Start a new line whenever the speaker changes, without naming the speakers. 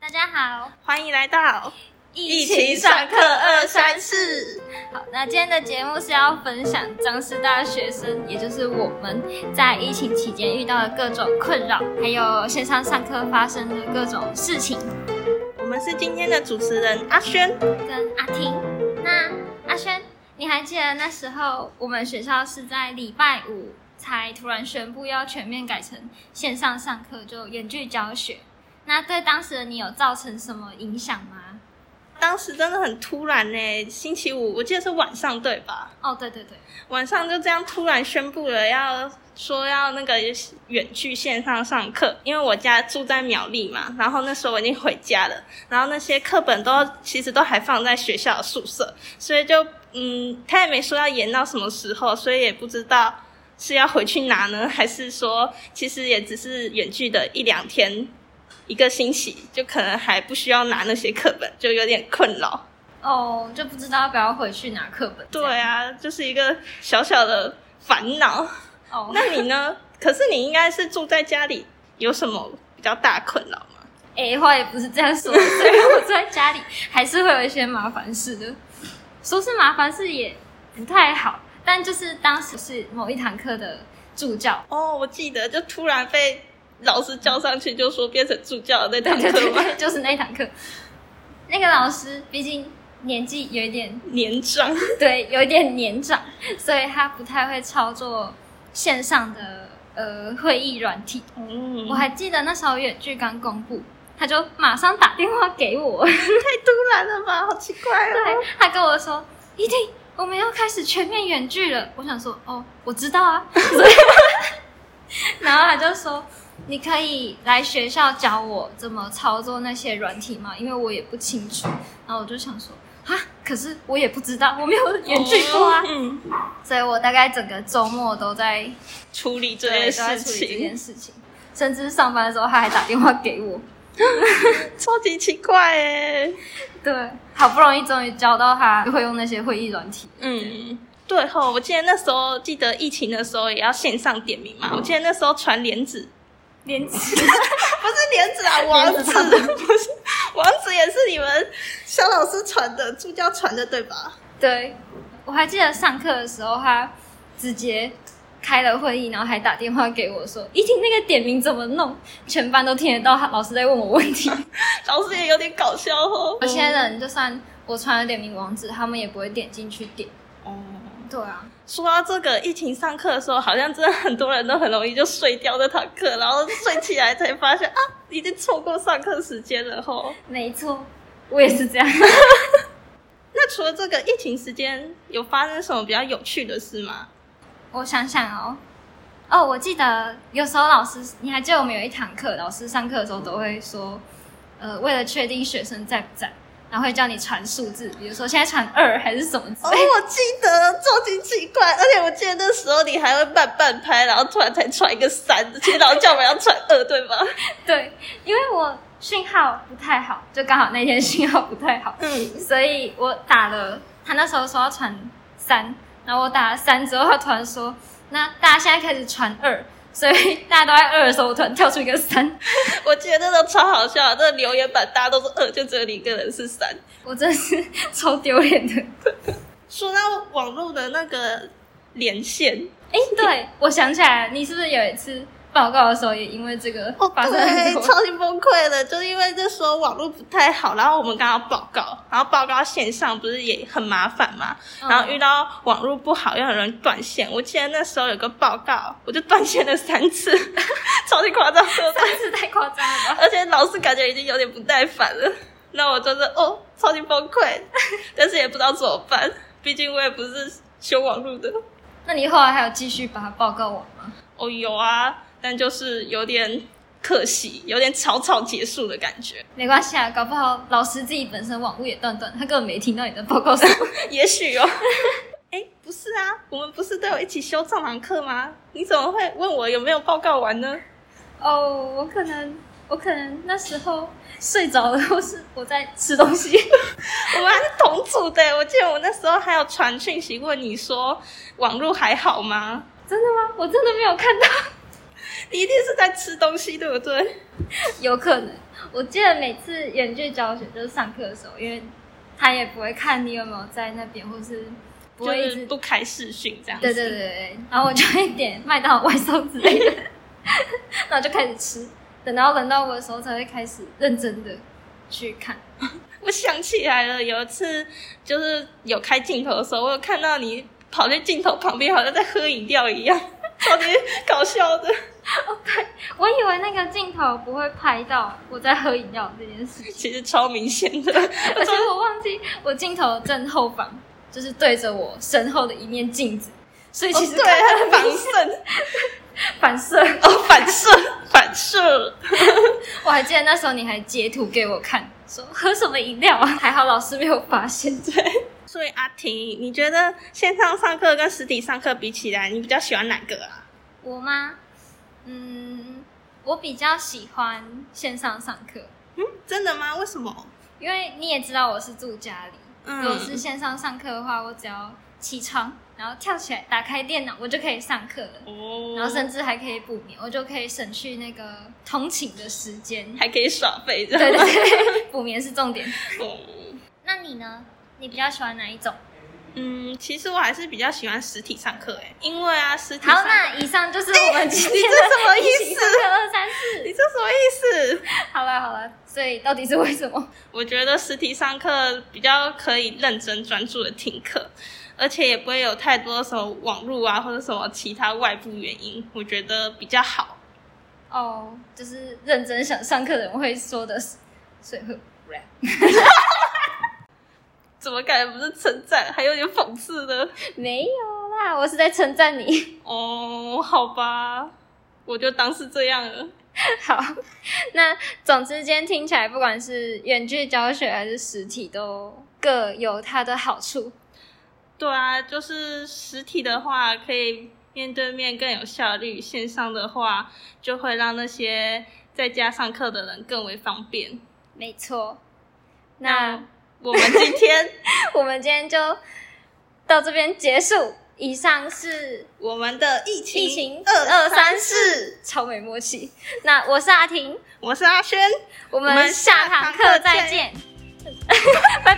大家好，
欢迎来到
一
二三四。
好，那今天的节目是要分享张师大学生，也就是我们在疫情期间遇到的各种困扰，还有线上上课发生的各种事情，
我们是今天的主持人阿轩，
跟阿婷。那阿轩，你还记得那时候我们学校是在礼拜五才突然宣布要全面改成线上上课，就远距教学。那对当时的你有造成什么影响吗？
当时真的很突然呢、欸星期五我记得是晚上对吧？
哦，对对对，
晚上就这样突然宣布了要呃说要那个远距线上上课，因为我家住在苗栗嘛，然后那时候我已经回家了，然后那些课本都其实都还放在学校的宿舍，所以就嗯，他也没说要延到什么时候，所以也不知道是要回去拿呢，还是说其实也只是远距的一两天。一个星期就可能还不需要拿那些课本，就有点困扰。
哦，就不知道要不要回去拿课本。这样
对啊，就是一个小小的烦恼。
哦，
那你呢？可是你应该是住在家里，有什么比较大困扰吗？
诶，话也不是这样说，所以我在家里还是会有一些麻烦事的。说是麻烦事也不太好，但就是当时是某一堂课的助教，
哦，我记得就突然被老师叫上去，就说变成助教的那
对
堂
对
课
对
吗？
对， 就是那一堂课。那个老师毕竟年纪有一点，
年长，
对，有一点年长，所以他不太会操作线上的呃会议软体。
嗯，
我还记得那时候远距刚公布，他就马上打电话给我。
太突然了吧，好奇怪哦。
对，他跟我说，一定我们要开始全面远距了。我想说，哦，我知道啊。 所以然后他就说，你可以来学校教我怎么操作那些软体吗？因为我也不清楚。然后我就想说，啊，可是我也不知道，我没有远距过啊。
嗯，
所以我大概整个周末都在
处理这
对
件
都在
事
处理这
情
件，事情，甚至上班的时候他还打电话给我。
超级奇怪哎。
对，好不容易终于教到他会用那些会议软体。
嗯，对吼，我记得那时候记得疫情的时候也要线上点名嘛，我记得那时候传莲子，
连接
不是莲子啊，
莲 子传
不是王子也是你们肖老师传的，助教传的对吧？
对，我还记得上课的时候，他直接开了会议，然后还打电话给我说：“一听那个点名怎么弄？”全班都听得到，他老师在问我问 题。
老师也有点搞笑哦。
有些人就算我传了点名网址，他们也不会点进去点。
哦，
对啊，
说到这个疫情上课的时候，好像真的很多人都很容易就睡掉这堂课，然后睡起来才发现啊，已经错过上课时间了吼。
没错，我也是这样。
那除了这个疫情时间，有发生什么比较有趣的事吗？
我想想哦，哦，我记得有时候老师，你还记得我们有一堂课，老师上课的时候都会说，呃，为了确定学生在不在，然后会叫你传数字，比如说现在传二还是什么之
哦，
类的
我记得超级奇怪，而且我记得那时候你还会慢半拍，然后突然才传一个三，其实老师叫我们要传二，对吧？
对，因为我讯号不太好，就刚好那天讯号不太好，
嗯，
所以我打了。他那时候说要传三，然后我打了三之后，他突然说：“那大家现在开始传二。”所以大家都在二的时候，我突然跳出一个三，
我记得那时候超好笑，那留言板大家都是二，就只有你一个人是三。
我真是超丢脸的。
说到网络的那个连线，
哎， 对，我想起来了，你是不是有一次报告的时候也因为这个发生很
哦对，
多？
超级崩溃的，就是因为那时候网络不太好，然后我们刚刚报告，然后报告线上不是也很麻烦嘛，
嗯
然后遇到网络不好，又有人断线。我记得那时候有个报告，我就断线了三次， 超级夸张的。
真 是太夸张了吧？
而且老师感觉已经有点不耐烦了，那我就是哦，超级崩溃，但是也不知道怎么办，毕竟我也不是修网络的。
那你后来还有继续把它报告完吗？
哦，有啊，但就是有点可惜，有点草草结束的感觉。
没关系啊，搞不好老师自己本身网络也断断，他根本没听到你的报告 什么。
也许哦。哎，不是啊，我们不是都有一起修这堂课吗？你怎么会问我有没有报告完呢？
哦，我可能我可能那时候睡着了，或是我在吃东西。
我们还是同组的，我记得我那时候还有传讯息问你说网络还好吗？
真的吗？我真的没有看到，
你一定是在吃东西，对不对？
有可能。我记得每次远距教学就是上课的时候，因为他也不会看你有没有在那边，或是不
就
会一
是
直
不开视讯这样子。
对对对对对，然后我就会点麦当劳、外送之类的， 然后就开始吃。等到轮到我的时候，才会开始认真的去看。
我想起来了，有一次就是有开镜头的时候，我有看到你跑在镜头旁边，好像在喝饮料一样，超级搞笑的。
我以为那个镜头不会拍到我在喝饮料这件 事，
其实超明显的，
而且我忘记我镜头的正后方就是对着我身后的一面镜子，所以其实
对
看
啊，
反
反射，
射。
哦，反射，反射。
我还记得那时候你还截图给我看，说喝什么饮料啊？ 还好老师没有发现。
所以阿婷，你觉得线上上课跟实体上课比起来，你比较喜欢哪个啊？
我吗？嗯，我比较喜欢线上上课，
真的吗？为什么？
因为你也知道我是住家里。
嗯
如果是线上上课的话，我只要起床，然后跳起来，打开电脑，我就可以上课了。
哦
然后甚至还可以补眠，我就可以省去那个通勤的时间
。还可以耍废，这
对
样吗？
对对，补眠是重点。
哦
那你呢？你比较喜欢哪一种？
嗯，其实我还是比较喜欢实体上课，哎，因为啊，实体
好，
上课
那以上就是我们今天的
你这什么意思
一起上课二三四。
你这什么意思？
好了好了，所以到底是为什么？
我觉得实体上课比较可以认真专注的听课，而且也不会有太多什么网络啊或者什么其他外部原因，我觉得比较好。
哦，就是认真想上课的人会说的是，所以会 rap。
怎么感觉不是称赞，还有点讽刺呢？
没有啦，我是在称赞你。
哦，好吧，我就当是这样了。
好，那总之今天听起来，不管是远距教学还是实体，都各有它的好处。
对啊，就是实体的话可以面对面更有效率，线上的话就会让那些在家上课的人更为方便。
没错。那
我们今 天
我们今天就到这边结束。以上是
我们的疫情
疫情
二
二
二三，
三四， 超没默契。那我是阿婷，
我是阿轩，
我
我
们
们
下
下
堂
堂
课
课
再
见
见，拜拜。